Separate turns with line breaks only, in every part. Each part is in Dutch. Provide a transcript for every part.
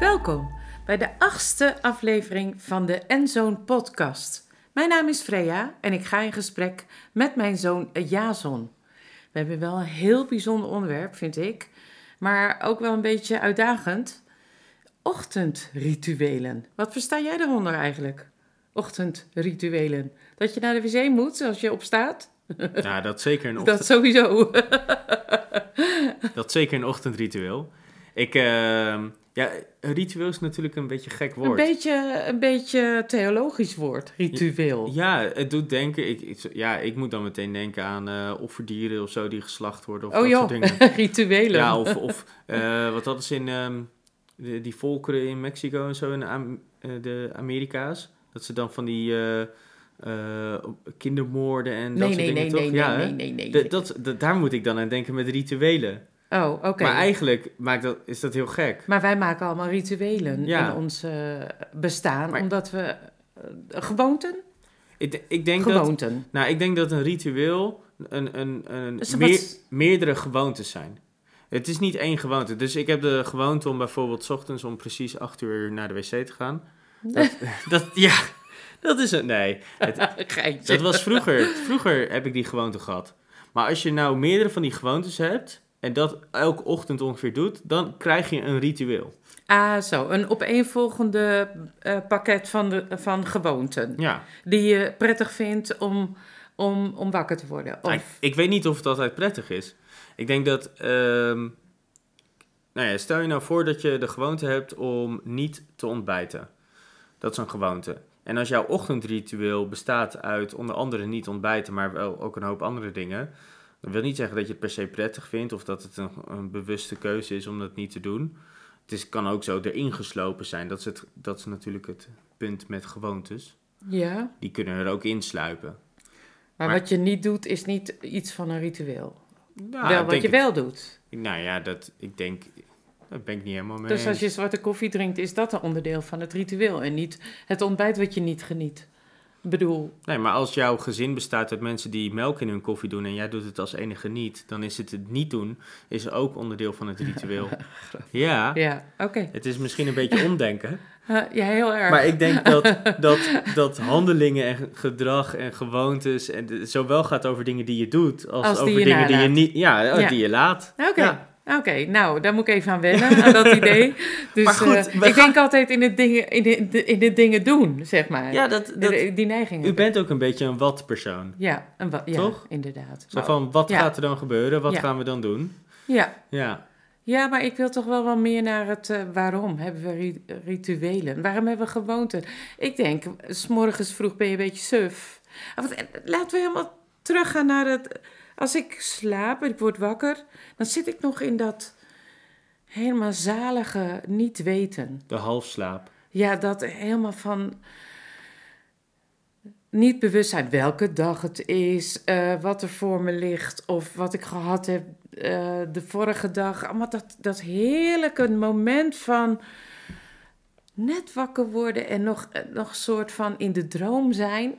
Welkom bij de achtste aflevering van de En Zoon podcast. Mijn naam is Freya en ik ga in gesprek met mijn zoon Jason. We hebben wel een heel bijzonder onderwerp, vind ik, maar ook wel een beetje uitdagend. Ochtendrituelen. Wat versta jij daaronder eigenlijk? Ochtendrituelen. Dat je naar de wc moet als je opstaat?
Ja, dat is zeker een, ochtend,
Dat sowieso.
dat... is zeker een ochtendritueel. Ik, ehm, ja, een ritueel is natuurlijk een beetje een gek woord.
Een beetje, een beetje theologisch woord, ritueel.
Ja, het doet denken. Ik, ik- ja, ik moet dan meteen denken aan eh, offerdieren of zo die geslacht worden of
oh
dat
joh,
soort dingen.
rituelen.
Ja, of, of eh, wat hadden ze in ehm, de- die volkeren in Mexico en zo in de, Am- eh, de Amerika's? Dat ze dan van die eh, eh, kindermoorden en dat
nee,
soort
nee,
dingen
nee,
toch?
nee,
ja,
nee,
hè?
nee, nee,
De- dat, dat- daar moet ik dan aan denken met rituelen.
Oh, oké.
Maar eigenlijk maakt dat, is dat heel gek.
Maar wij maken allemaal rituelen
Ja.
in ons eh, bestaan,
Maar-
omdat we... eh, gewoonten?
Ik, d- ik, denk dat,
gewoonten.
nou, ik denk dat een ritueel een, een, een
Dus wat-
meer, meerdere gewoontes zijn. Het is niet één gewoonte. Dus ik heb de gewoonte om bijvoorbeeld 's ochtends om precies 8 uur naar de wc te gaan. Dat, dat, ja, dat is het. Nee,
Geintje.
dat was vroeger. Vroeger heb ik die gewoonte gehad. Maar als je nou meerdere van die gewoontes hebt en dat elke ochtend ongeveer doet, dan krijg je een ritueel.
Ah, zo. Een opeenvolgende eh, pakket van, de, van gewoonten.
Ja.
Die je prettig vindt om, om, om wakker te worden.
Nou,
Of,
Ik, ik weet niet of het altijd prettig is. Ik denk dat. ehm, nou ja, stel je nou voor dat je de gewoonte hebt om niet te ontbijten. Dat is een gewoonte. En als jouw ochtendritueel bestaat uit onder andere niet ontbijten, maar wel ook een hoop andere dingen. Dat wil niet zeggen dat je het per se prettig vindt of dat het een, een bewuste keuze is om dat niet te doen. Het is, kan ook zo erin geslopen zijn. Dat is, het, dat is natuurlijk het punt met gewoontes.
ja.
Die kunnen er ook insluipen.
Maar,
Maar-
wat je niet doet, is niet iets van een ritueel.
Nou,
wel
ik
wat je
denk het-
wel doet.
Nou ja, dat, ik denk, daar ben ik niet helemaal mee
Dus als je
eens.
zwarte koffie drinkt, is dat een onderdeel van het ritueel. En niet het ontbijt wat je niet geniet. Ik bedoel,
Nee, maar als jouw gezin bestaat uit mensen die melk in hun koffie doen en jij doet het als enige niet, dan is het het niet doen, is ook onderdeel van het ritueel. ja,
ja, oké.
het is misschien een beetje omdenken,
Eh, ja, heel erg.
maar ik denk dat, dat, dat handelingen en gedrag en gewoontes, en de- zowel gaat over dingen die je doet, als,
Als die
over
je
dingen die je
nalaat.
niet, ja, oh,
Ja.
die je laat.
Oké,
Ja.
oké. nou, daar moet ik even aan wennen, aan dat idee. Dus
Maar goed,
eh,
we
ik
gaan-
denk altijd in het, dingen, in, het, in het dingen doen, zeg maar.
Ja, dat, dat,
Die- Die neiging.
u
heb ik.
bent ook een beetje een wat persoon.
Ja, een wa- ja,
Toch?
inderdaad.
Zo van, wat
Nou, Ja.
gaat er dan gebeuren? Wat
Ja.
gaan we dan doen?
Ja.
Ja,
Ja, maar ik wil toch wel wel meer naar het eh, waarom hebben we ri- rituelen? Waarom hebben we gewoonten? Ik denk, s morgens vroeg ben je een beetje suf. Ah, wat- eh, Laten we helemaal teruggaan naar het... Als ik slaap en ik word wakker, dan zit ik nog in dat helemaal zalige niet weten.
de halfslaap.
Ja, dat helemaal van niet bewust zijn welke dag het is, eh, wat er voor me ligt of wat ik gehad heb eh, de vorige dag. Allemaal dat, dat heerlijke moment van net wakker worden en nog, eh, nog een soort van in de droom zijn.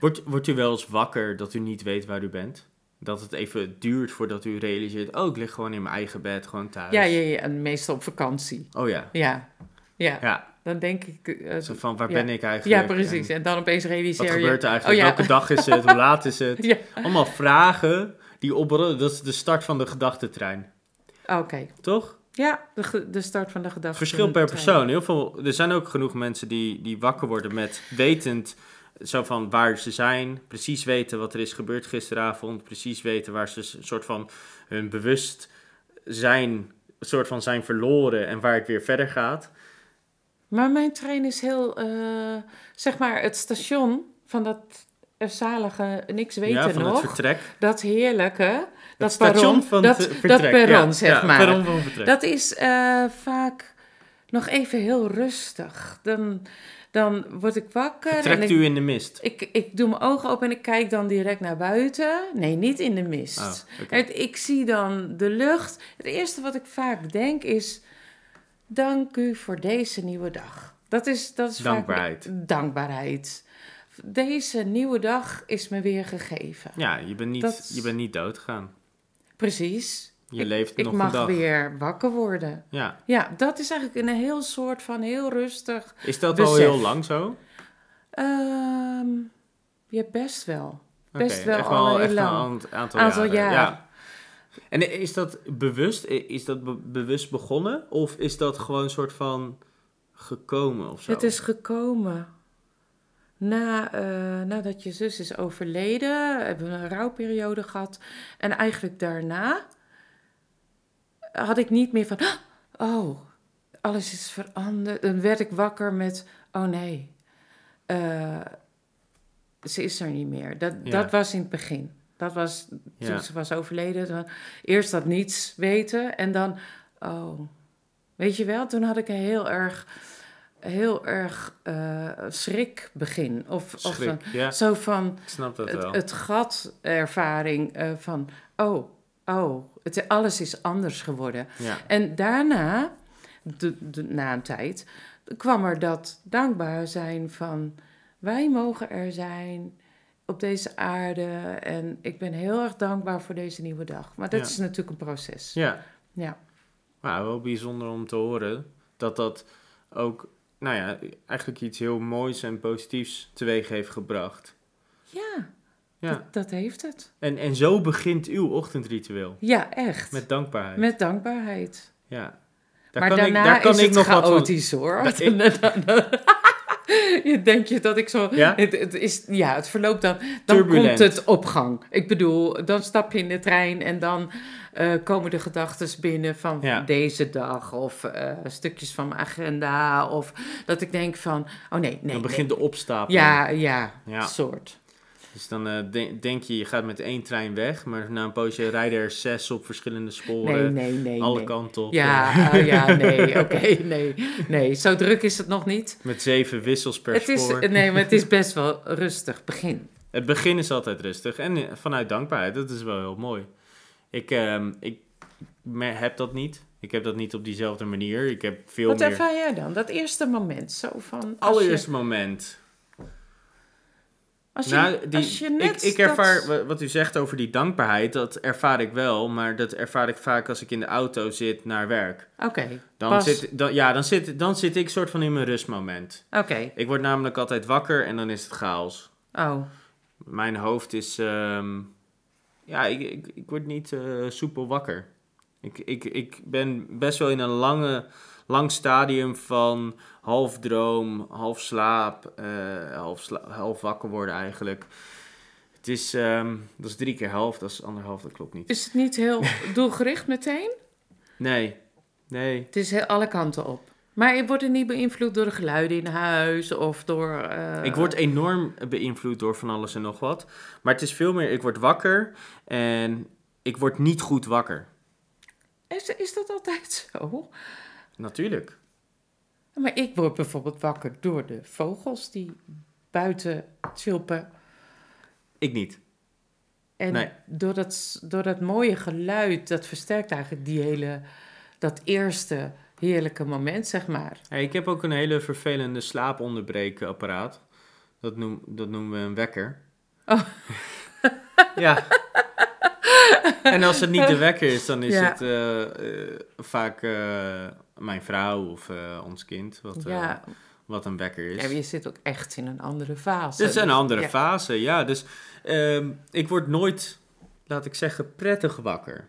Wordt, wordt u wel eens wakker dat u niet weet waar u bent? Dat het even duurt voordat u realiseert, oh, ik lig gewoon in mijn eigen bed, gewoon thuis.
Ja, ja, ja, en meestal op vakantie.
Oh ja,
Ja, ja.
ja.
dan denk ik... eh,
Zo van, waar
Ja.
ben ik eigenlijk?
ja, precies.
En
En dan opeens realiseer
wat
je...
gebeurt er eigenlijk?
Oh ja,
Welke dag is het? Hoe laat is het?
Ja.
Allemaal vragen die opborrelen. Dat is de start van de gedachtentrein,
oké.
toch?
Ja, de, ge- de start van de gedachte.
Verschil per persoon. Heel veel, er zijn ook genoeg mensen die, die wakker worden met wetend zo van waar ze zijn, precies weten wat er is gebeurd gisteravond, precies weten waar ze s- een soort van hun bewust zijn, soort van zijn verloren en waar het weer verder gaat.
Maar mijn trein is heel, eh, zeg maar, het station van dat eh, zalige niks weten
ja, van
nog.
het vertrek.
dat heerlijke, dat
station
perron,
van
dat,
het eh,
dat
vertrek.
perron,
ja.
zeg
Ja,
maar.
perron van vertrek.
Dat is eh, vaak nog even heel rustig. Dan, dan word ik wakker en
Vertrekt
ik,
u in de mist.
ik, ik doe mijn ogen open en ik kijk dan direct naar buiten. Nee, niet in de mist.
Oh, oké.
Het- ik zie dan de lucht. Het eerste wat ik vaak denk is: dank u voor deze nieuwe dag. Dat is, dat is vaak-
Dankbaarheid.
dankbaarheid. Deze nieuwe dag is me weer gegeven.
Ja, je bent niet,
Dat-
je bent niet dood gegaan.
Precies.
Je
Ik-
leeft
Ik
nog een
mag
dag.
weer wakker worden.
Ja.
Ja, dat is eigenlijk een heel soort van heel rustig.
Is dat al
Besef.
heel lang zo?
Ehm ja, best wel.
Oké,
Best wel
echt
al heel
echt wel
lang.
een aant- aantal,
Aantal
jaren.
jaar.
Ja. En is dat bewust? Is dat be- bewust begonnen? Of is dat gewoon een soort van gekomen of zo?
Het is gekomen. Na, eh, nadat je zus is overleden, hebben we een rouwperiode gehad. En eigenlijk daarna had ik niet meer van, oh, alles is veranderd. Dan werd ik wakker met, oh nee, eh, ze is er niet meer. Dat,
Ja.
dat was in het begin. Dat was toen
Ja.
ze was overleden. Dan, eerst dat niets weten en dan, oh, weet je wel, toen had ik een heel erg, heel erg eh, schrik begin. Of, of
Schrik. Ja,
Van, zo van,
ik snap dat wel.
het, het gat-ervaring eh, van, oh, oh, het, alles is anders geworden.
ja.
En daarna, de, de- na een tijd, kwam er dat dankbaar zijn van, wij mogen er zijn op deze aarde en ik ben heel erg dankbaar voor deze nieuwe dag. Maar dat
Ja.
is natuurlijk een proces.
ja.
Ja.
Maar wel bijzonder om te horen dat dat ook, nou ja, eigenlijk iets heel moois en positiefs teweeg heeft gebracht.
Ja,
Ja.
Dat, dat heeft het.
En, en zo begint uw ochtendritueel.
Ja, echt. Met,
Met dankbaarheid.
dankbaarheid.
Ja. Daar
maar
kan
daarna
ik, daar kan
is
ik
het
nog wat van.
chaotisch hoor.
Daar-
je denkt je dat ik zo...
Ja?
Het, het is, ja, het verloopt dan... Dan
Turbulent.
komt het op gang. Ik bedoel, dan stap je in de trein en dan eh, komen de gedachten binnen van
Ja.
deze dag. Of eh, stukjes van mijn agenda. Of dat ik denk van, oh nee, nee.
Dan begint de
nee.
opstapeling.
Ja, ja,
Ja.
soort.
Dus dan eh, de- denk je, je gaat met één trein weg, maar na een poosje rijden er zes op verschillende sporen.
Nee, nee, nee.
alle
nee.
kanten op.
Ja,
eh,
ah, ja, nee, oké, nee, nee. Zo druk is het nog niet.
Met zeven wissels per
Het is,
spoor.
nee, maar het is best wel rustig begin.
Het begin is altijd rustig en eh, vanuit dankbaarheid, dat is wel heel mooi. Ik, ehm, ik me- heb dat niet. Ik heb dat niet op diezelfde manier. Ik heb veel
Wat
meer...
ervaar jij dan? Dat eerste moment zo van... als je-
Allereerste moment.
Als je,
Nou, die-
als je net...
ik, ik ervaar wa- wat u zegt over die dankbaarheid, dat ervaar ik wel, maar dat ervaar ik vaak als ik in de auto zit naar werk.
dat- Oké,
Dan
Pas.
zit, dan, ja, dan zit, dan zit ik soort van in mijn rustmoment.
oké.
Ik word namelijk altijd wakker en dan is het chaos.
Oh,
Mijn hoofd is. ehm, ja, ik, ik, ik word niet eh, soepel wakker. Ik, ik, ik ben best wel in een lange, lang stadium van half droom, half slaap, eh, half, sla- half wakker worden eigenlijk. Het is, ehm, dat is drie keer half, dat is anderhalf, dat klopt niet.
is het niet heel doelgericht meteen?
Nee, nee.
Het is heel alle kanten op. Maar je wordt er niet beïnvloed door de geluiden in huis of door... eh,
Ik word enorm beïnvloed door van alles en nog wat. Maar het is veel meer, ik word wakker en ik word niet goed wakker.
Is, is dat altijd zo?
Natuurlijk.
Maar ik word bijvoorbeeld wakker door de vogels die buiten chilpen.
Ik niet.
En
Nee.
door, dat, s- door dat mooie geluid, dat versterkt eigenlijk die hele, dat eerste heerlijke moment, zeg maar.
Hey, ik heb ook een hele vervelende slaaponderbreekapparaat. Dat, noem, dat noemen we een wekker.
Oh.
ja. En als het niet de wekker is, dan is
Ja.
het eh, eh, vaak eh, mijn vrouw of eh, ons kind wat, eh,
ja,
wat een wekker is.
ja, je zit ook echt in een andere fase.
Dit is een andere
ja.
fase, ja. Dus ehm, ik word nooit, laat ik zeggen, prettig wakker.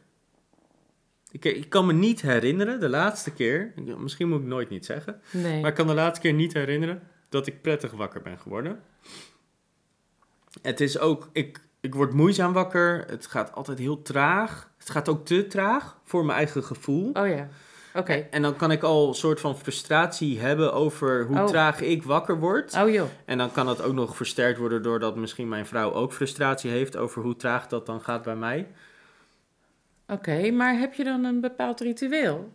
Ik, ik kan me niet herinneren, de laatste keer, misschien moet ik nooit niet zeggen,
Nee.
maar ik kan de laatste keer niet herinneren dat ik prettig wakker ben geworden. Het is ook, ik, ik word moeizaam wakker. Het gaat altijd heel traag. Het gaat ook te traag voor mijn eigen gevoel.
Oh ja, oké.
En dan kan ik al een soort van frustratie hebben over hoe
Oh.
traag ik wakker word.
Oh joh,
En dan kan dat ook nog versterkt worden doordat misschien mijn vrouw ook frustratie heeft over hoe traag dat dan gaat bij mij.
oké. Maar heb je dan een bepaald ritueel?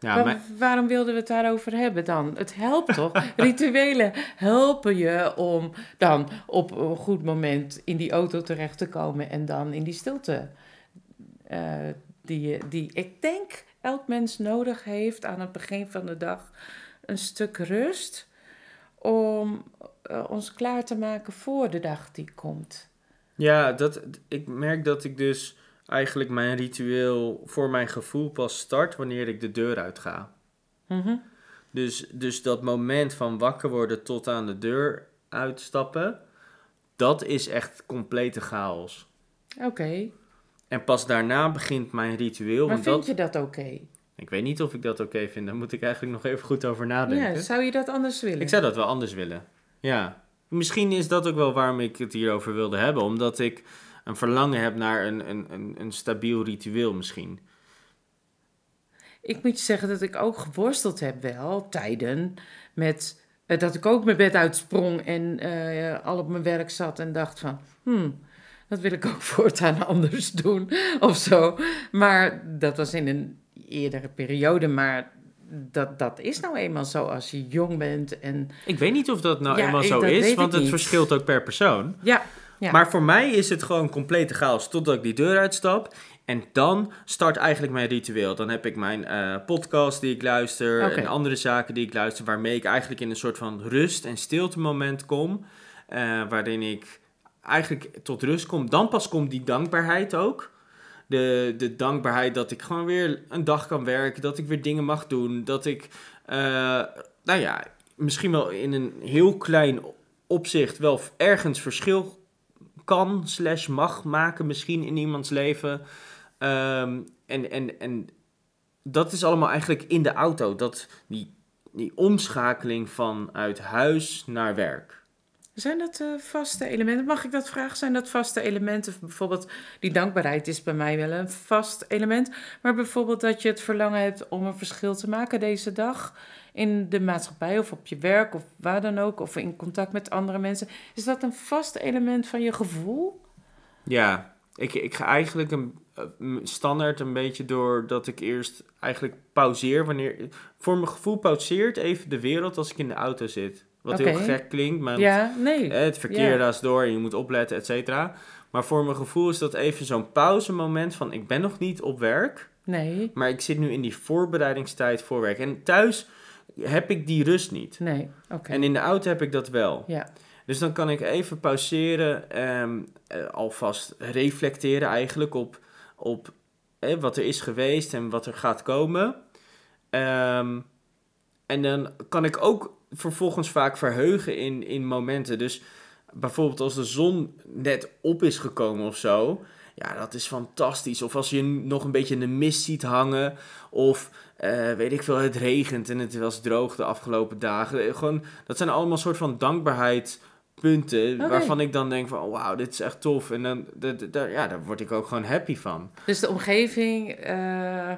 Ja,
Waar-
mijn-
Waarom wilden we het daarover hebben dan? Het helpt toch? Rituelen helpen je om dan op een goed moment in die auto terecht te komen en dan in die stilte. eh, die, je- die ik denk elk mens nodig heeft aan het begin van de dag. Een stuk rust om eh, ons klaar te maken voor de dag die komt.
Ja, dat, ik merk dat ik dus eigenlijk mijn ritueel voor mijn gevoel pas start wanneer ik de deur uit ga.
Mhm.
Dus, dus dat moment van wakker worden tot aan de deur uitstappen, dat is echt complete chaos.
Oké,
En pas daarna begint mijn ritueel.
maar
want
vind
dat,
je dat oké?
Ik weet niet of ik dat oké vind, daar moet ik eigenlijk nog even goed over nadenken.
Ja, zou je dat anders willen?
Ik zou dat wel anders willen. Ja. Misschien is dat ook wel waarom ik het hierover wilde hebben. Omdat ik een verlangen heb naar een, een, een, een stabiel ritueel misschien.
Ik moet je zeggen dat ik ook geworsteld heb wel, tijden, met eh, dat ik ook mijn bed uitsprong en eh, al op mijn werk zat en dacht van, hmm, dat wil ik ook voortaan anders doen of zo. Maar dat was in een eerdere periode, maar dat, dat is nou eenmaal zo als je jong bent en
Ik weet niet of dat nou
Ja,
eenmaal
ik-
zo
dat weet
is,
ik
want het
niet.
verschilt ook per persoon.
ja, ja.
Maar voor mij is het gewoon complete chaos totdat ik die deur uitstap. En dan start eigenlijk mijn ritueel. Dan heb ik mijn eh, podcast die ik luister
Oké.
en andere zaken die ik luister, waarmee ik eigenlijk in een soort van rust en stilte moment kom. eh, waarin ik eigenlijk tot rust kom. Dan pas komt die dankbaarheid ook. De, de dankbaarheid dat ik gewoon weer een dag kan werken, dat ik weer dingen mag doen, dat ik, eh, nou ja, misschien wel in een heel klein opzicht wel ergens verschil kan slash mag maken misschien in iemands leven. Ehm, en, en, en dat is allemaal eigenlijk in de auto. Dat, die, die omschakeling vanuit huis naar werk.
Zijn dat eh, vaste elementen? Mag ik dat vragen? Zijn dat vaste elementen? Bijvoorbeeld, die dankbaarheid is bij mij wel een vast element. Maar bijvoorbeeld dat je het verlangen hebt om een verschil te maken deze dag. In de maatschappij of op je werk of waar dan ook. Of in contact met andere mensen. Is dat een vast element van je gevoel?
Ja, ik, ik ga eigenlijk een, eh, m- standaard een beetje door dat ik eerst eigenlijk pauzeer. Wanneer, voor mijn gevoel pauzeert even de wereld als ik in de auto zit. Wat heel
Oké.
gek klinkt, maar
Ja, nee.
Eh, Het verkeer
Ja.
raast door en je moet opletten, et cetera. Maar voor mijn gevoel is dat even zo'n pauzemoment van... ik ben nog niet op werk,
Nee,
maar ik zit nu in die voorbereidingstijd voor werk. En thuis heb ik die rust niet.
nee. Oké.
En in de auto heb ik dat wel.
Ja,
Dus dan kan ik even pauzeren, ehm, eh, alvast reflecteren eigenlijk op, op eh, wat er is geweest en wat er gaat komen. Ehm, en dan kan ik ook vervolgens vaak verheugen in, in momenten. Dus bijvoorbeeld als de zon net op is gekomen of zo. Ja, dat is fantastisch. Of als je nog een beetje in de mist ziet hangen. Of eh, weet ik veel, het regent en het was droog de afgelopen dagen. Eh, Gewoon, dat zijn allemaal soort van dankbaarheidspunten.
Oké.
Waarvan ik dan denk van, oh, wauw, dit is echt tof. En dan, d- d- daar- ja, daar word ik ook gewoon happy van.
dus de omgeving eh,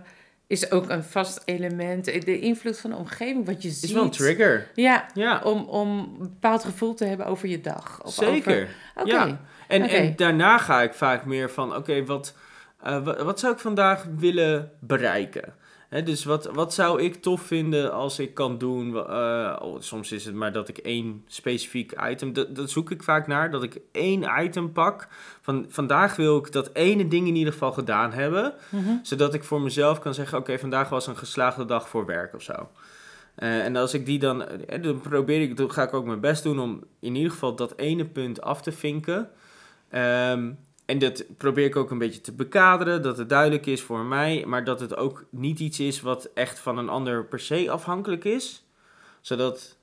is ook een vast element. De invloed van de omgeving, wat je
Het
ziet.
is wel een trigger.
Ja,
Ja,
om, om een bepaald gevoel te hebben over je dag. Of
zeker.
over- Oké.
Ja. En, en
Oké.
daarna ga ik vaak meer van, oké, wat, eh, wa- wat zou ik vandaag willen bereiken? Hè, dus wat, wat zou ik tof vinden als ik kan doen? wa- eh, oh, soms is het maar dat ik één specifiek item, dat, dat zoek ik vaak naar, dat ik één item pak. Van, vandaag wil ik dat ene ding in ieder geval gedaan hebben,
Mhm.
zodat ik voor mezelf kan zeggen, oké, vandaag was een geslaagde dag voor werk of zo. Eh, en als ik die dan, eh, dan probeer ik, dan ga ik ook mijn best doen om in ieder geval dat ene punt af te vinken. Ehm, en dat probeer ik ook een beetje te bekaderen, dat het duidelijk is voor mij, maar dat het ook niet iets is wat echt van een ander per se afhankelijk is. Zodat,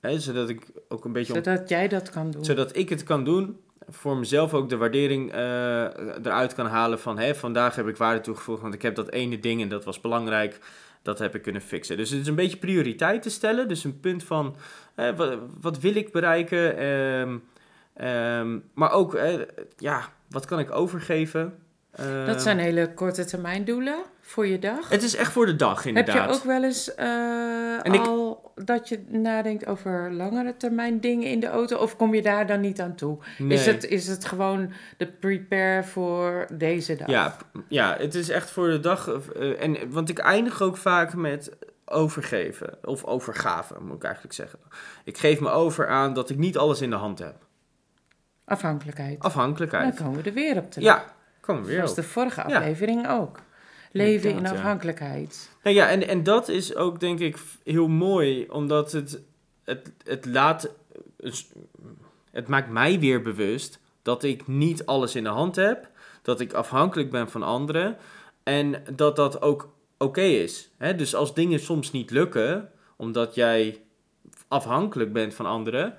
hè, zodat ik ook een beetje, ont-
Zodat jij dat kan doen.
zodat ik het kan doen, voor mezelf ook de waardering eh, eruit kan halen van, hè, vandaag heb ik waarde toegevoegd, want ik heb dat ene ding en dat was belangrijk, dat heb ik kunnen fixen. Dus het is een beetje prioriteiten stellen, dus een punt van, hè, wat, wat wil ik bereiken? Ehm, ehm, maar ook, hè, ja, wat kan ik overgeven? Ehm,
Dat zijn hele korte termijn doelen voor je dag.
Het is echt voor de dag, inderdaad.
Heb je ook wel eens eh,
En ik-
al dat je nadenkt over langere termijn dingen in de auto? Of kom je daar dan niet aan toe?
Nee.
Is, het, is het gewoon de prepare voor deze dag?
Ja, p- ja, het is echt voor de dag. eh, en, want ik eindig ook vaak met overgeven. Of overgave, moet ik eigenlijk zeggen. Ik geef me over aan dat ik niet alles in de hand heb.
Afhankelijkheid. Dan
Afhankelijkheid.
komen we er weer op terecht.
Ja, kom weer
Zoals
op.
de vorige
Ja.
aflevering ook. Leven in
Inderdaad, ja.
afhankelijkheid.
Nou ja, en, en dat is ook denk ik f- heel mooi. Omdat het... het, het laat. Het maakt mij weer bewust dat ik niet alles in de hand heb. Dat ik afhankelijk ben van anderen. En dat dat ook oké is. Hè? Dus als dingen soms niet lukken, omdat jij afhankelijk bent van anderen.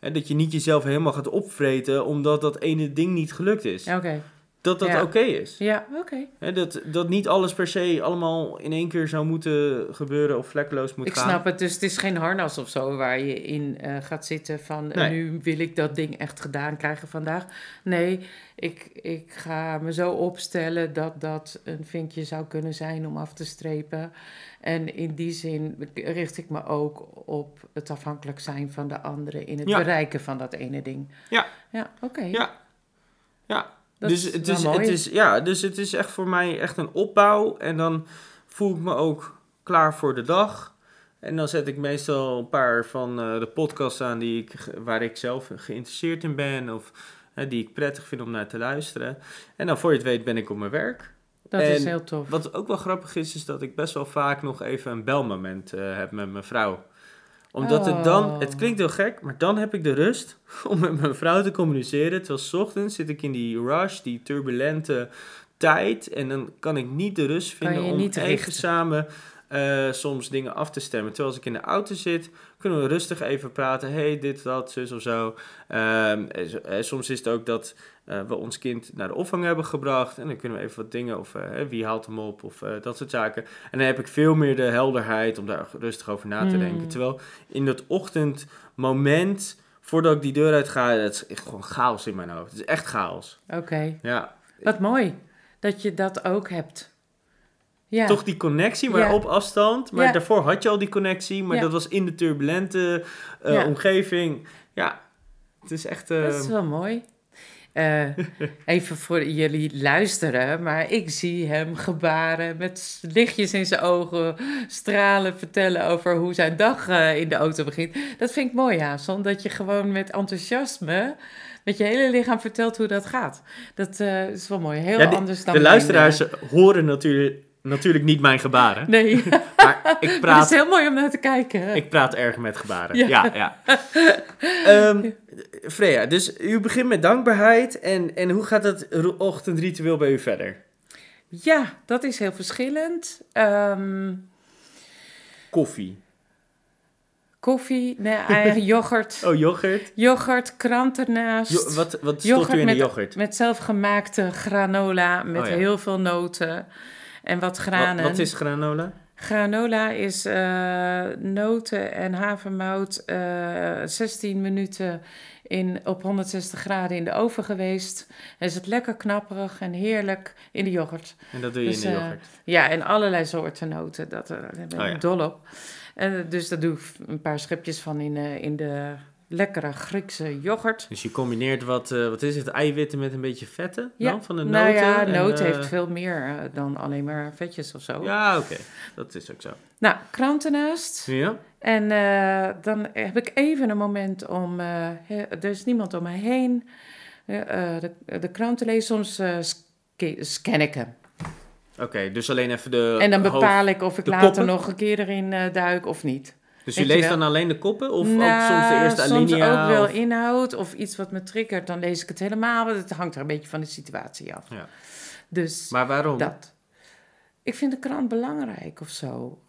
Hè, dat je niet jezelf helemaal gaat opvreten omdat dat ene ding niet gelukt is.
Oké.
Dat dat
Ja.
oké is.
Ja, oké.
Hè, dat, dat niet alles per se allemaal in één keer zou moeten gebeuren of vlekkeloos moet
Ik
gaan.
snap het. Dus het is geen harnas of zo waar je in eh, gaat zitten van eh,
Nee.
nu wil ik dat ding echt gedaan krijgen vandaag. Nee, ik, ik ga me zo opstellen dat dat een vinkje zou kunnen zijn om af te strepen. En in die zin richt ik me ook op het afhankelijk zijn van de anderen in het
Ja.
bereiken van dat ene ding.
Ja.
Ja, oké.
Ja. Ja.
Dat
dus
is
het
wel
is,
mooi.
het is, ja, dus het is echt voor mij echt een opbouw. En dan voel ik me ook klaar voor de dag. En dan zet ik meestal een paar van eh, de podcasts aan die ik, ge- waar ik zelf geïnteresseerd in ben. Of hè, die ik prettig vind om naar te luisteren. En dan voor je het weet ben ik op mijn werk.
Dat is
En
heel tof.
Wat ook wel grappig is, is dat ik best wel vaak nog even een belmoment eh, heb met mijn vrouw. Omdat het dan,
Oh.
het klinkt heel gek, maar dan heb ik de rust om met mijn vrouw te communiceren. Terwijl 's ochtends zit ik in die rush, die turbulente tijd. En dan kan ik niet de
Kan
rust vinden
je
om
niet
even
richten.
samen eh, soms dingen af te stemmen. Terwijl als ik in de auto zit, kunnen we rustig even praten. hey, dit, dat, zus of zo. Ehm, en zo- en soms is het ook dat eh, we ons kind naar de opvang hebben gebracht. En dan kunnen we even wat dingen, of eh, hè, wie haalt hem op, of eh, dat soort zaken. En dan heb ik veel meer de helderheid om daar rustig over na te
Mm.
denken. Terwijl in dat ochtendmoment, voordat ik die deur uit ga, het is echt gewoon chaos in mijn hoofd. Het is echt chaos.
Oké.
Ja.
Wat mooi dat je dat ook hebt. Ja.
Toch die connectie, maar
Ja.
op afstand. Maar
Ja.
daarvoor had je al die connectie, maar
Ja.
dat was in de turbulente eh,
Ja.
omgeving. Ja, het is echt... eh,
Dat is wel mooi. Eh, even voor jullie luisteren, maar ik zie hem gebaren met s- lichtjes in zijn ogen, stralen, vertellen over hoe zijn dag eh, in de auto begint. Dat vind ik mooi, Hasan, dat je gewoon met enthousiasme, met je hele lichaam vertelt hoe dat gaat. Dat eh, is wel mooi, heel
Ja, de-
anders dan
de
mijn,
luisteraars horen natuurlijk, natuurlijk niet mijn gebaren.
eh, nee, Maar
Maar ik
het is
praat,
heel mooi om naar te kijken.
ik praat erg met gebaren. Ja,
Ja.
ja. Ehm, Freya, dus u begint met dankbaarheid. En, en hoe gaat dat ro- ochtendritueel bij u verder?
Ja, dat is heel verschillend. Ehm,
Koffie.
koffie, nee, eigen yoghurt.
Oh, yoghurt.
Yoghurt, krant ernaast.
Jo- wat wat stopt
Yoghurt
u in de
met-
yoghurt?
Met zelfgemaakte granola met
Oh ja.
heel veel noten en wat
Wat,
granen.
wat is granola?
Granola is eh, noten en havermout eh, 16 minuten in, op 160 graden in de oven geweest. Dan is het lekker knapperig en heerlijk in de yoghurt.
En dat doe je
Dus,
in de
eh,
yoghurt.
Ja, en allerlei soorten noten. Dat, eh, daar ben
Oh
ik
ja.
dol op. En, dus daar doe ik een paar schepjes van in, eh, in de lekkere Griekse yoghurt.
Dus je combineert wat, eh, wat is het, eiwitten met een beetje vetten
Ja.
dan van de
nou
noten?
ja,
en,
noot
eh,
heeft veel meer eh, dan alleen maar vetjes of zo.
Ja, oké. Dat is ook zo.
Nou, kranten naast.
Ja?
En eh, dan heb ik even een moment om. eh, he- er is niemand om mij heen. eh, eh, de, de krant te lezen. Soms eh, sk- scan ik hem.
Oké, dus alleen even de
en dan
hoofd-
bepaal ik of ik
de
later
koppen?
nog een keer erin eh, duik of niet.
Dus u
weet je
leest
wel.
dan alleen de koppen? Of ook
Nou,
soms de eerste
soms
alinea?
ook wel
of-
inhoud of iets wat me triggert. Dan lees ik het helemaal. Want het hangt er een beetje van de situatie af.
Ja.
Dus
Maar waarom?
dat. Ik vind de krant belangrijk of zo.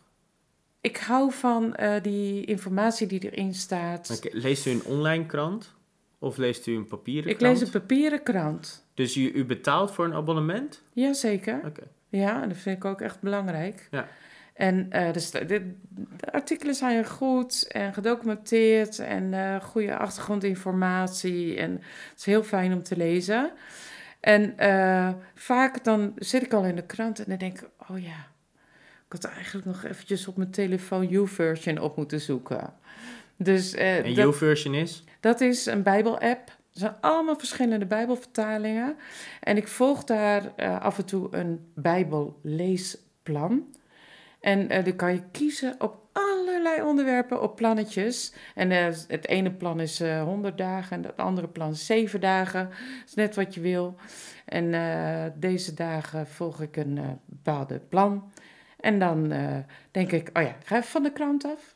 Ik hou van eh, die informatie die erin staat.
Oké, leest u een online krant? Of leest u een papieren
Ik
krant?
lees een papieren krant.
Dus u, u betaalt voor een abonnement?
Jazeker.
Oké.
Ja, en dat vind ik ook echt belangrijk.
Ja.
En eh, dus de, de- de artikelen zijn goed en gedocumenteerd en eh, goede achtergrondinformatie. En het is heel fijn om te lezen. En eh, vaak dan zit ik al in de krant en dan denk ik, oh ja, ik had eigenlijk nog eventjes op mijn telefoon U-version op moeten zoeken. Dus eh,
En
dat-
jouw version is?
dat is een Bijbel-app. Er zijn allemaal verschillende Bijbelvertalingen. En ik volg daar eh, af en toe een Bijbelleesplan. En eh dan kan je kiezen op allerlei onderwerpen, op plannetjes. En eh, het ene plan is eh 100 dagen en het andere plan is 7 dagen. Dat is net wat je wil. En eh, deze dagen volg ik een eh bepaalde plan. En dan eh, denk ik, oh ja, ik ga even van de krant af.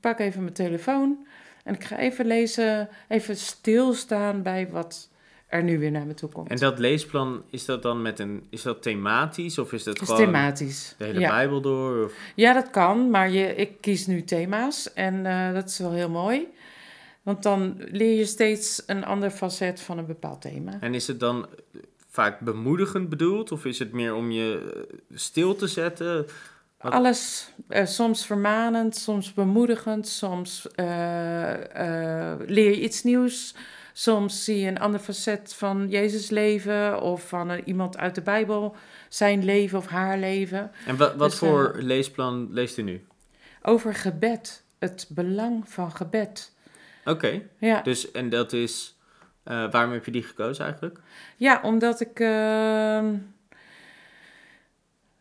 pak even mijn telefoon en ik ga even lezen, even stilstaan bij wat er nu weer naar me toe komt.
En dat leesplan, is dat dan met een, is dat thematisch of is dat
Het is
gewoon
thematisch.
de hele
ja.
Bijbel door? Of,
Ja, dat kan, maar je, ik kies nu thema's en eh, dat is wel heel mooi. Want dan leer je steeds een ander facet van een bepaald thema.
en is het dan eh, vaak bemoedigend bedoeld of is het meer om je eh, stil te zetten? Wat-
Alles, eh, soms vermanend, soms bemoedigend, soms eh, eh, leer je iets nieuws. Soms zie je een ander facet van Jezus leven of van eh, iemand uit de Bijbel, zijn leven of haar leven.
En wa- wat
Dus,
voor leesplan leest u nu?
Over gebed, het belang van gebed.
Oké,
Ja.
dus en dat is, eh, waarom heb je die gekozen eigenlijk?
Ja, omdat ik ehm,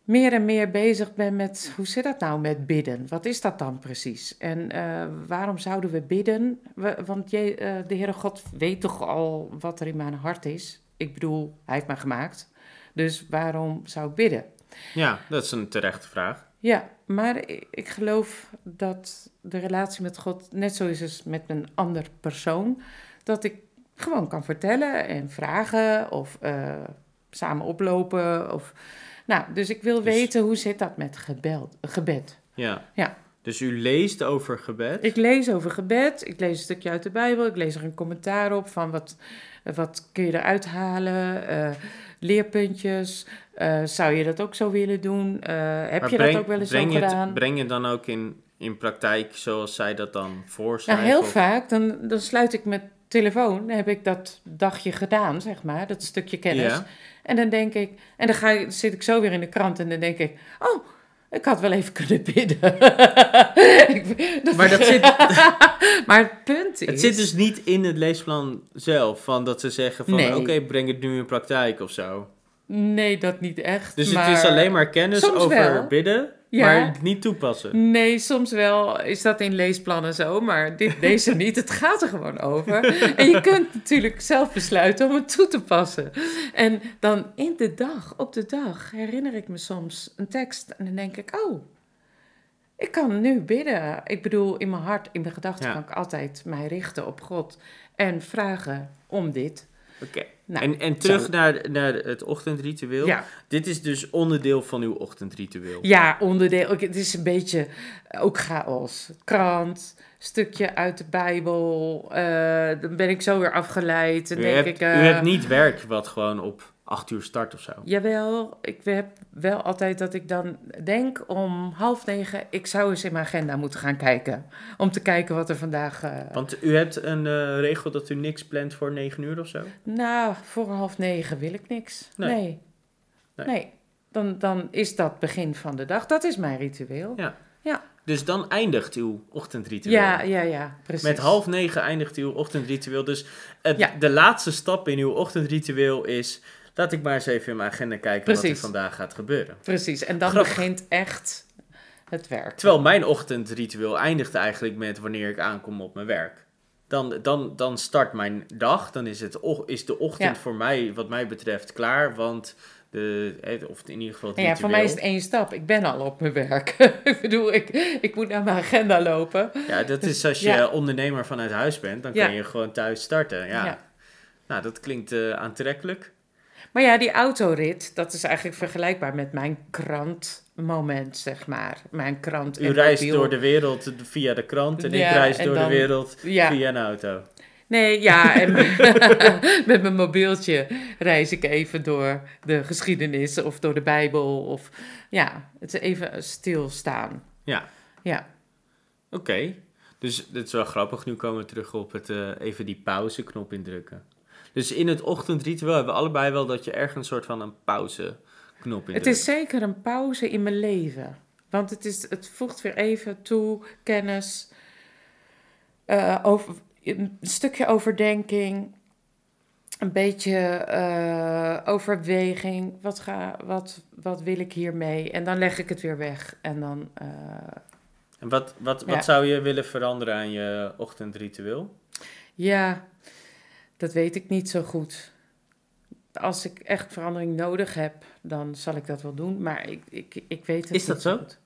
meer en meer bezig ben met hoe zit dat nou met bidden? Wat is dat dan precies? En eh, waarom zouden we bidden? We- want je, eh, de Heere God weet toch al wat er in mijn hart is? Ik bedoel, Hij heeft mij gemaakt. Dus waarom zou ik bidden?
Ja, dat is een terechte vraag.
Ja, maar i- ik geloof dat de relatie met God net zo is als met een ander persoon. Dat ik gewoon kan vertellen en vragen of eh, samen oplopen. Of... Nou, dus ik wil
Dus-
weten hoe zit dat met gebel- gebed.
Ja.
Ja.
Dus u leest over gebed.
Ik lees over gebed, ik lees een stukje uit de Bijbel, ik lees er een commentaar op van wat, wat kun je eruit halen, eh, leerpuntjes. eh, zou je dat ook zo willen doen? Eh, heb
Maar
je
breng-
dat ook wel eens zo
breng je het-
gedaan?
breng je het dan ook in, in praktijk zoals zij dat dan
Nou,
voorschrijven?
heel
of-
vaak, dan, dan sluit ik mijn telefoon, heb ik dat dagje gedaan, zeg maar, dat stukje kennis.
Ja.
En dan denk ik, en dan ga ik, zit ik zo weer in de krant en dan denk ik, oh, ik had wel even kunnen bidden. Ik-
Maar dat zit,
maar het punt is...
het zit dus niet in het leesplan zelf, van dat ze zeggen van
Nee.
oké, breng het nu in praktijk of zo.
Nee, dat niet echt.
Dus
maar,
het is alleen maar kennis
soms
over
wel.
bidden,
Ja.
maar het niet toepassen.
Nee, soms wel is dat in leesplannen zo, maar dit, deze niet. Het gaat er gewoon over. En je kunt natuurlijk zelf besluiten om het toe te passen. En dan in de dag, op de dag, herinner ik me soms een tekst. En dan denk ik, oh, ik kan nu bidden. Ik bedoel, in mijn hart, in mijn gedachten
Ja.
kan ik altijd mij richten op God. En vragen om dit.
Oké.
Nou,
en, en terug
zo.
naar, naar het ochtendritueel.
Ja,
Dit is dus onderdeel van uw ochtendritueel.
ja onderdeel. ook- Het is een beetje eh, ook chaos. Krant, stukje uit de Bijbel. eh, dan ben ik zo weer afgeleid. En
U
denk
hebt,
ik,
u
eh,
hebt niet werk wat gewoon op acht uur start of zo.
Jawel, ik heb wel altijd dat ik dan denk om half negen... ik zou eens in mijn agenda moeten gaan kijken. Om te kijken wat er vandaag... eh,
Want u hebt een eh, regel dat u niks plant voor negen uur of zo?
Nou, voor half negen wil ik niks.
Nee.
Nee. Nee.
Nee.
Dan, dan is dat begin van de dag. Dat is mijn ritueel.
Dus dan eindigt uw ochtendritueel.
Ja, ja, ja, precies.
Met half negen eindigt uw ochtendritueel. Dus het,
Ja.
de laatste stap in uw ochtendritueel is... laat ik maar eens even in mijn agenda kijken wat er
Precies.
vandaag gaat gebeuren.
Precies, en dan
Grappig.
begint echt het werk.
Terwijl mijn ochtendritueel eindigt eigenlijk met wanneer ik aankom op mijn werk. Dan, dan, dan start mijn dag, dan is, het, och- is de ochtend
Ja.
voor mij, wat mij betreft, klaar. Want, de, eh, of in ieder geval het
Nou ja, voor mij is het één stap. Ik ben al op mijn werk. ik bedoel, ik, ik moet naar mijn agenda lopen.
Ja, dat is als je
Ja.
ondernemer vanuit huis bent, dan
Ja.
kun je gewoon thuis starten. Ja.
Ja.
Nou, dat klinkt eh, aantrekkelijk.
Maar ja, die autorit, dat is eigenlijk vergelijkbaar met mijn krantmoment, zeg maar. Mijn krant.
U
en
reist
mobiel.
door de wereld via de krant en
Ja,
ik reis
en
door
dan-
de wereld
Ja,
via een auto.
Nee, ja, en met mijn mobieltje reis ik even door de geschiedenis of door de Bijbel. Of ja, het is even stilstaan.
Ja.
Ja.
Oké. Dus dat is wel grappig. Nu komen we terug op het eh, even die pauzeknop indrukken. Dus in het ochtendritueel hebben we allebei wel dat je ergens een soort van een pauzeknop indrukt.
Het is zeker een pauze in mijn leven. Want het, is, het voegt weer even toe, kennis, eh, over, een stukje overdenking, een beetje eh, overweging. Wat, ga, wat, wat wil ik hiermee? En dan leg ik het weer weg. En dan eh,
En wat, wat, wat
Ja.
zou je willen veranderen aan je ochtendritueel?
Ja, dat weet ik niet zo goed. Als ik echt verandering nodig heb, dan zal ik dat wel doen. Maar ik, ik, ik weet het
Is dat
niet
zo?
goed.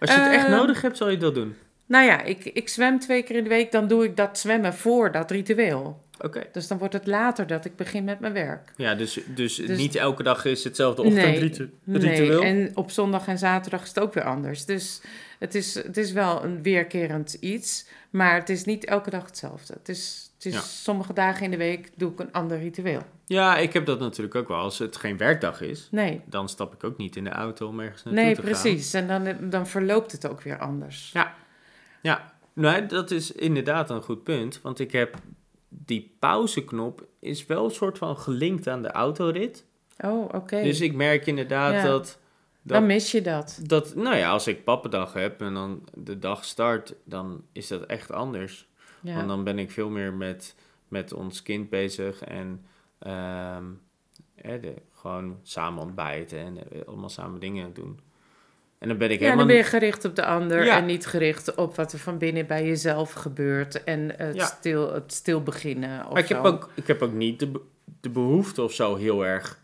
Als je het echt
Ehm,
nodig hebt, zal je dat doen.
Nou ja, ik, ik zwem twee keer in de week, dan doe ik dat zwemmen voor dat ritueel.
Oké.
Dus dan wordt het later dat ik begin met mijn werk.
Ja, dus, dus,
Dus-
niet elke dag is hetzelfde
Nee,
ochtendritueel. ritueel.
Nee, en op zondag en zaterdag is het ook weer anders. Dus het is, het is wel een weerkerend iets, maar het is niet elke dag hetzelfde. Het is, het is
Ja.
sommige dagen in de week doe ik een ander ritueel.
Ja, ik heb dat natuurlijk ook wel. Als het geen werkdag is,
Nee,
dan stap ik ook niet in de auto om ergens naartoe
nee
te gaan.
precies. En dan, dan verloopt het ook weer anders.
Nee, dat is inderdaad een goed punt. Want ik heb die pauzeknop is wel een soort van gelinkt aan de autorit.
Oh, oké.
Dus ik merk inderdaad
Ja.
dat,
Dan
dat,
mis je dat.
dat... Nou ja, als ik pappendag heb en dan de dag start, dan is dat echt anders.
Ja.
Want dan ben ik veel meer met, met ons kind bezig en ehm, hè, de- gewoon samen ontbijten en eh, allemaal samen dingen doen. En dan ben ik
Ja,
helemaal
dan ben je
niet-
gericht op de ander
Ja.
en niet gericht op wat er van binnen bij jezelf gebeurt en het,
Ja.
stil, het stil beginnen. Of
Maar ik heb,
zo.
ook, ik heb ook niet de, be- de behoefte of zo heel erg.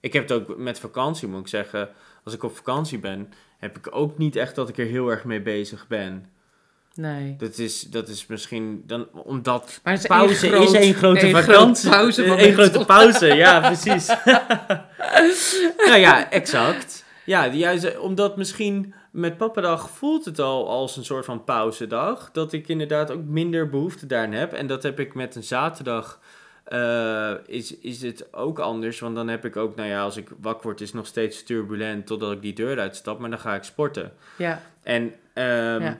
Ik heb het ook met vakantie, moet ik zeggen. Als ik op vakantie ben, heb ik ook niet echt dat ik er heel erg mee bezig ben.
Nee.
Dat is, dat is misschien dan omdat.
Maar het is
Pauze
één groot-
is één grote
één groot
vakantie.
pauzemoment.
Eén grote pauze, ja, precies. nou ja, exact. Ja, juist omdat misschien met pappadag voelt het al als een soort van pauzedag. Dat ik inderdaad ook minder behoefte daarin heb. En dat heb ik met een zaterdag. eh, is, is het ook anders? Want dan heb ik ook, nou ja, als ik wakker word, is het nog steeds turbulent totdat ik die deur uitstap. Maar dan ga ik sporten.
Ja,
En, ehm,
Ja.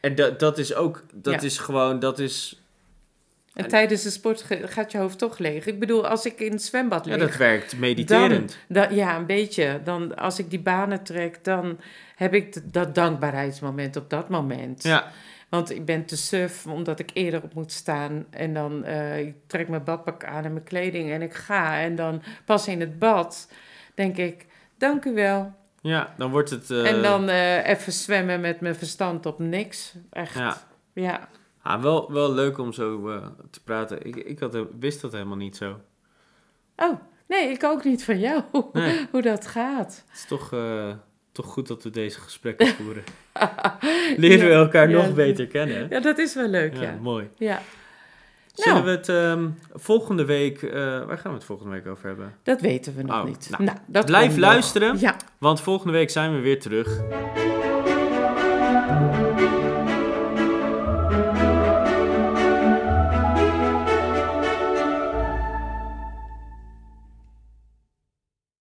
en dat, dat is ook, dat
Ja.
is gewoon, dat is,
en tijdens de sport ge- gaat je hoofd toch leeg. Ik bedoel, als ik in het zwembad
ja,
lig...
dat werkt mediterend.
dan- dan- ja, een beetje. Dan, als ik die banen trek, dan heb ik d- dat dankbaarheidsmoment op dat moment.
Ja,
Want ik ben te suf, omdat ik eerder op moet staan. En dan eh, ik trek mijn badpak aan en mijn kleding en ik ga. En dan pas in het bad denk ik, dank u wel.
ja, dan wordt het, eh,
en dan eh, even zwemmen met mijn verstand op niks. Echt, ja.
ja. Ah, wel, wel leuk om zo eh, te praten. Ik, ik had, wist dat helemaal niet zo.
Oh, nee, ik ook niet van jou
Nee.
hoe dat gaat.
Het is toch, eh, toch goed dat we deze gesprekken voeren. Leren we elkaar
Ja.
nog beter kennen.
Ja, dat is wel leuk,
Ja,
ja. Nou.
mooi.
Ja,
Zullen
Nou.
we het ehm, volgende week, eh, waar gaan we het volgende week over hebben?
dat weten we nog
Oh,
niet.
nou,
dat
Blijf
komt nog.
luisteren,
Ja,
want volgende week zijn we weer terug.